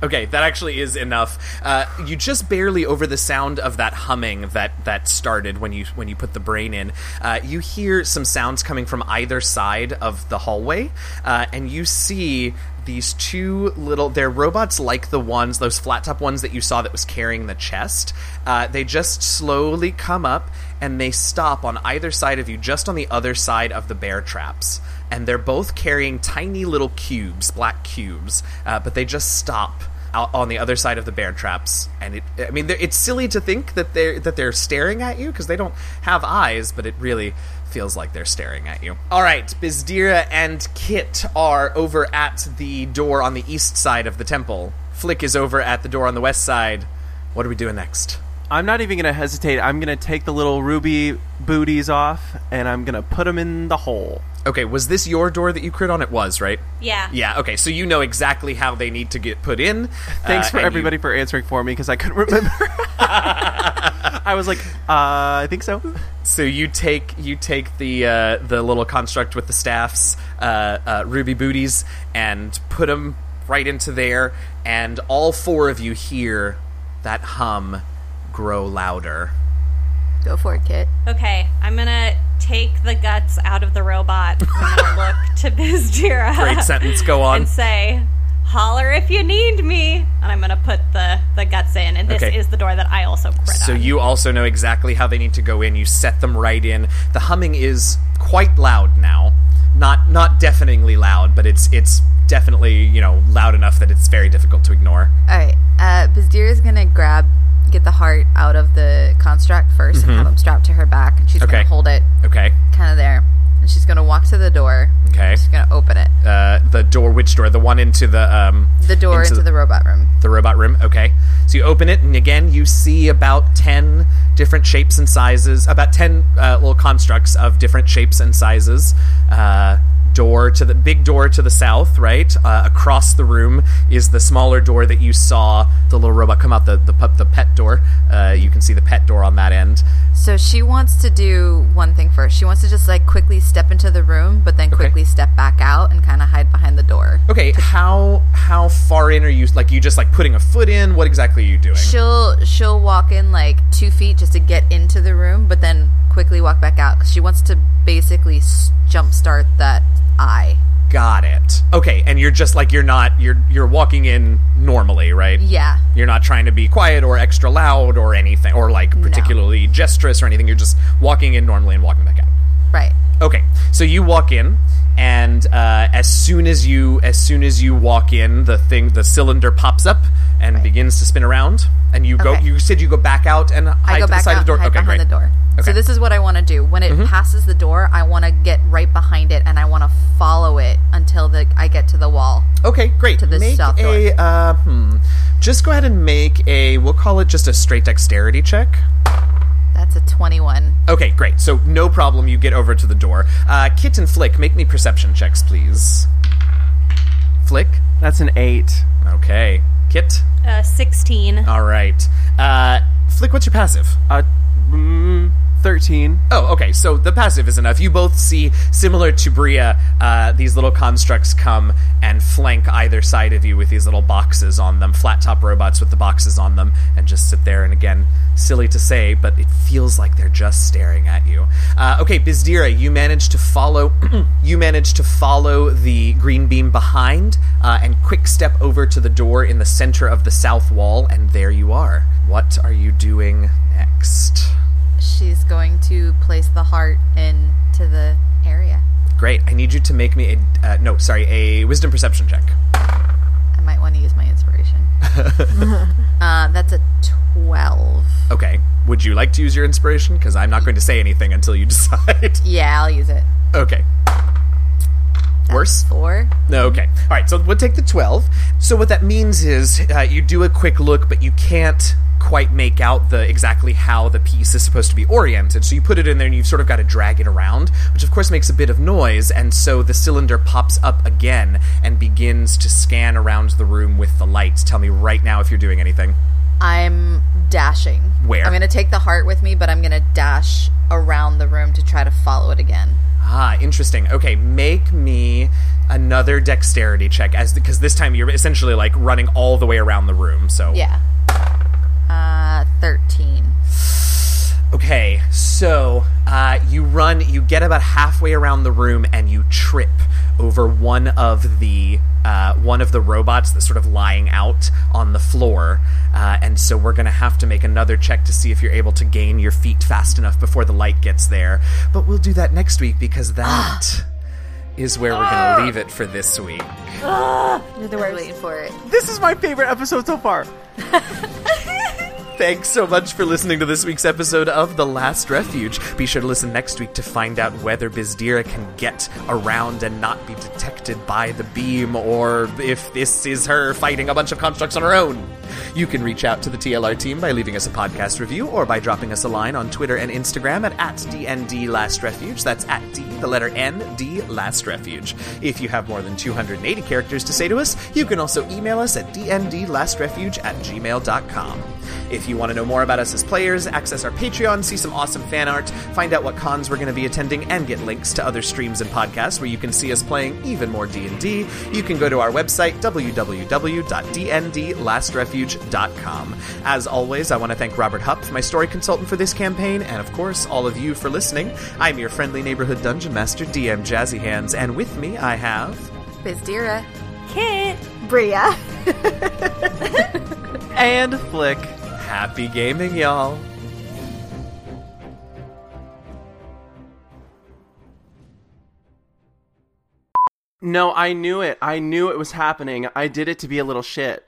Okay, that actually is enough. Uh, you just barely over the sound of that humming that that started when you when you put the brain in. Uh, you hear some sounds coming from either side of the hallway, uh, and you see these two little they're robots like the ones those flat top ones that you saw that was carrying the chest uh, they just slowly come up and they stop on either side of you just on the other side of the bear traps and they're both carrying tiny little cubes black cubes uh, but they just stop out on the other side of the bear traps and it i mean they're- it's silly to think that they're that they're staring at you because they don't have eyes but it really feels like they're staring at you all right bizdira and kit are over at the door on the east side of the temple flick is over at the door on the west side what are we doing next I'm not even gonna hesitate. I'm gonna take the little ruby booties off and I'm gonna put them in the hole. okay was this your door that you crit on it was right Yeah. yeah okay so you know exactly how they need to get put in Thanks uh, for and you- everybody for answering for me because I couldn't remember. I was like, uh, I think so. So you take you take the uh, the little construct with the staffs, uh, uh, ruby booties, and put them right into there, and all four of you hear that hum grow louder. Go for it, Kit. Okay, I'm gonna take the guts out of the robot. I'm gonna look to Bizdira. Great sentence. Go on. And say, "Holler if you need me." And I'm gonna put the the guts in. And this Okay. is the door that I also crit So on. you also know exactly how they need to go in. You set them right in. The humming is quite loud now. Not not deafeningly loud, but it's it's definitely you know loud enough that it's very difficult to ignore. All right. Uh, Bazdir is going to grab, get the heart out of the construct 1st and have him strapped to her back. And she's going Okay. to hold it Okay. kind of there. And she's going to walk to the door. Okay. She's going to open it. Uh, the door. Which door? The one into the um The door into, the robot room. the robot room. Okay. So you open it, and again, you see about 10 different shapes and sizes, about 10 uh, little constructs of different shapes and sizes. Uh, door to the big door to the south, right? Uh, across the room is the smaller door that you saw the little robot come out, the, the, pup, the pet door. Uh, you can see the pet door on that end. So she wants to do one thing first. She wants to just like quickly step into the room, but then quickly step back out and kind of hide behind the door. Okay, how how far in are you? Like, you just like putting a foot in? What exactly are you doing? She'll she'll walk in like two feet just to get into the room, but then quickly walk back out 'cause she wants to basically s- jumpstart that eye. Got it. Okay, and you're just like you're not you're you're walking in normally, right? Yeah. You're not trying to be quiet or extra loud or anything, or like particularly gesturous or anything. You're just walking in normally and walking back out. Right. Okay, so you walk in, and uh, as soon as you as soon as you walk in, the thing the cylinder pops up and begins to spin around, and you go. Okay. You said you go back out and hide I go to the back side out of the door. and hide okay, behind great. the door. Okay. Mm-hmm. So this is what I want to do. When it passes the door, I want to get right behind it and I want to follow it until the I get to the wall. Okay, great. the make south door. a uh, hmm. Just go ahead and make a. We'll call it just a straight dexterity check. That's a 21. Okay, great. So no problem. You get over to the door. Uh, Kit and Flick, make me perception checks, please. Flick. That's an eight. Okay. Kit. uh, 16. All right. Uh, Flick, what's your passive? Uh, mm, Thirteen. Oh, okay. So the passive is enough. You both see, similar to Bria, uh, these little constructs come and flank either side of you with these little boxes on them, flat top robots with the boxes on them, and just sit there. And again, silly to say, but it feels like they're just staring at you. Uh, okay, Bizdira, you manage to follow. you manage to follow the green beam behind uh, and quick step over to the door in the center of the south wall, and there you are. What are you doing next? She's going to place the heart into the area. Great. I need you to make me a uh, no, sorry, a wisdom perception check. I might want to use my inspiration. uh, that's a 12. Okay. Would you like to use your inspiration? Because I'm not going to say anything until you decide. Yeah, I'll use it. okay. Worse. Four. No, okay. All right, so we'll take the 12. So what that means is uh, you do a quick look, but you can't quite make out the exactly how the piece is supposed to be oriented. So you put it in there and you've sort of got to drag it around, which of course makes a bit of noise, and so the cylinder pops up again and begins to scan around the room with the lights. Tell me right now if you're doing anything. I'm dashing. Where? I'm going to take the heart with me, but I'm going to dash around the room to try to follow it again. Ah, interesting. Okay, make me another dexterity check as because this time you're essentially like running all the way around the room. So Yeah. Uh, 13. Okay, so uh, Uh, you run, you get about halfway around the room, and you trip over one of the uh, one of the robots that's sort of lying out on the floor. Uh, and so we're going to have to make another check to see if you're able to gain your feet fast enough before the light gets there. But we'll do that next week because that is where we're going to leave it for this week. You're the worst. Waiting for it. This is my favorite episode so far. Thanks so much for listening to this week's episode of The Last Refuge. Be sure to listen next week to find out whether Bizdira can get around and not be detected by the beam, or if this is her fighting a bunch of constructs on her own. You can reach out to the TLR team by leaving us a podcast review or by dropping us a line on Twitter and Instagram at, at DND Last Refuge. That's at D, the letter N, D, Last Refuge. If you have more than 280 characters to say to us, you can also email us at dndlastrefuge at gmail.com. If you want to know more about us as players, access our Patreon, see some awesome fan art, find out what cons we're going to be attending, and get links to other streams and podcasts where you can see us playing even more D&D, you can go to our website, www.dndlastrefuge.com. As always, I want to thank Robert Hupp, my story consultant for this campaign, and of course, all of you for listening. I'm your friendly neighborhood dungeon master, DM Jazzy Hands, and with me I have... Bizdira. Kit. Bria. And flick. Happy gaming, y'all! No, I knew it. I knew it was happening. I did it to be a little shit.